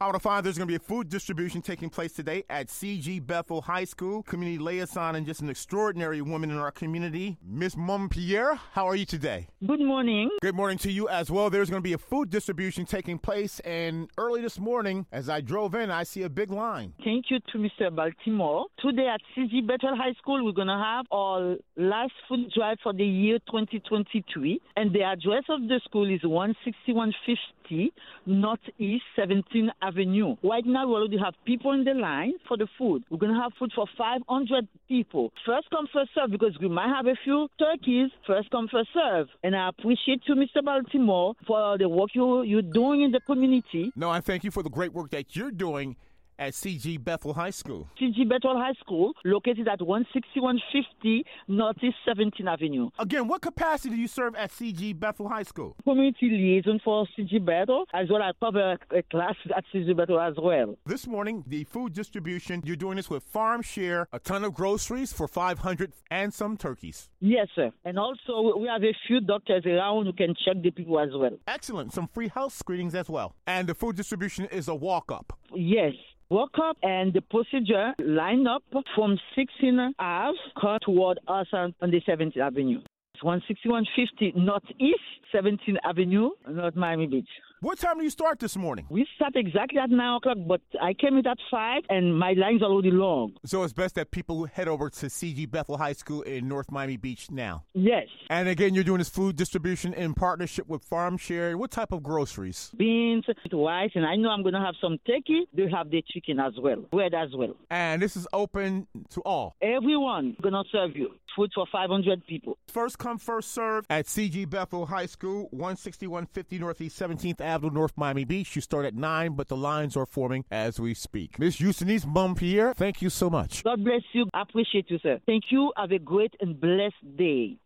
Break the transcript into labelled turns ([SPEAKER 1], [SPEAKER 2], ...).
[SPEAKER 1] Out of five, there's going to be a food distribution taking place today at CG Bethel High School. Community liaison and just an extraordinary woman in our community, Miss Mom Pierre. How are you today?
[SPEAKER 2] Good morning.
[SPEAKER 1] Good morning to you as well. There's going to be a food distribution taking place, and early this morning, as I drove in, I see a big line.
[SPEAKER 2] Thank you to Mr. Baltimore. Today at CG Bethel High School, we're going to have our last food drive for the year 2023. And the address of the school is 16150 Northeast 17th Avenue. Right now, we already have people in the line for the food. We're going to have food for 500 people. First come, first serve, because we might have a few turkeys. First come, first serve. And I appreciate you, Mr. Baltimore, for the work you, you're doing in the community.
[SPEAKER 1] No, I thank you for the great work that you're doing at CG Bethel High School.
[SPEAKER 2] CG Bethel High School, located at 16150 Northeast 17th Avenue.
[SPEAKER 1] Again, what capacity do you serve at CG Bethel High School?
[SPEAKER 2] Community liaison for CG Bethel, as well as cover a class at CG Bethel as well.
[SPEAKER 1] This morning, the food distribution, you're doing this with Farm Share, a ton of groceries for 500 and some turkeys.
[SPEAKER 2] Yes, sir. And also, we have a few doctors around who can check the people as well.
[SPEAKER 1] Excellent. Some free health screenings as well. And the food distribution is a walk up.
[SPEAKER 2] Yes. Walk up and the procedure line up from 16 Ave come toward us on on the 17th Avenue. It's 16150 Northeast 17th Avenue, North Miami Beach.
[SPEAKER 1] What time do you start this morning?
[SPEAKER 2] We start exactly at 9 o'clock, but I came in at 5 and my line's already long.
[SPEAKER 1] So it's best that people head over to CG Bethel High School in North Miami Beach now.
[SPEAKER 2] Yes.
[SPEAKER 1] And again, you're doing this food distribution in partnership with Farm Share. What type of groceries?
[SPEAKER 2] Beans, rice, and I know I'm going to have some turkey. They have the chicken as well, bread as well.
[SPEAKER 1] And this is open to all.
[SPEAKER 2] Everyone going to serve you food for 500 people.
[SPEAKER 1] First come, first serve at CG Bethel High School, 16150 Northeast 17th Avenue, North Miami Beach. You start at 9, but the lines are forming as we speak. Miss Eustace Montpierre, thank you so much.
[SPEAKER 2] God bless you. I appreciate you, sir. Thank you. Have a great and blessed day.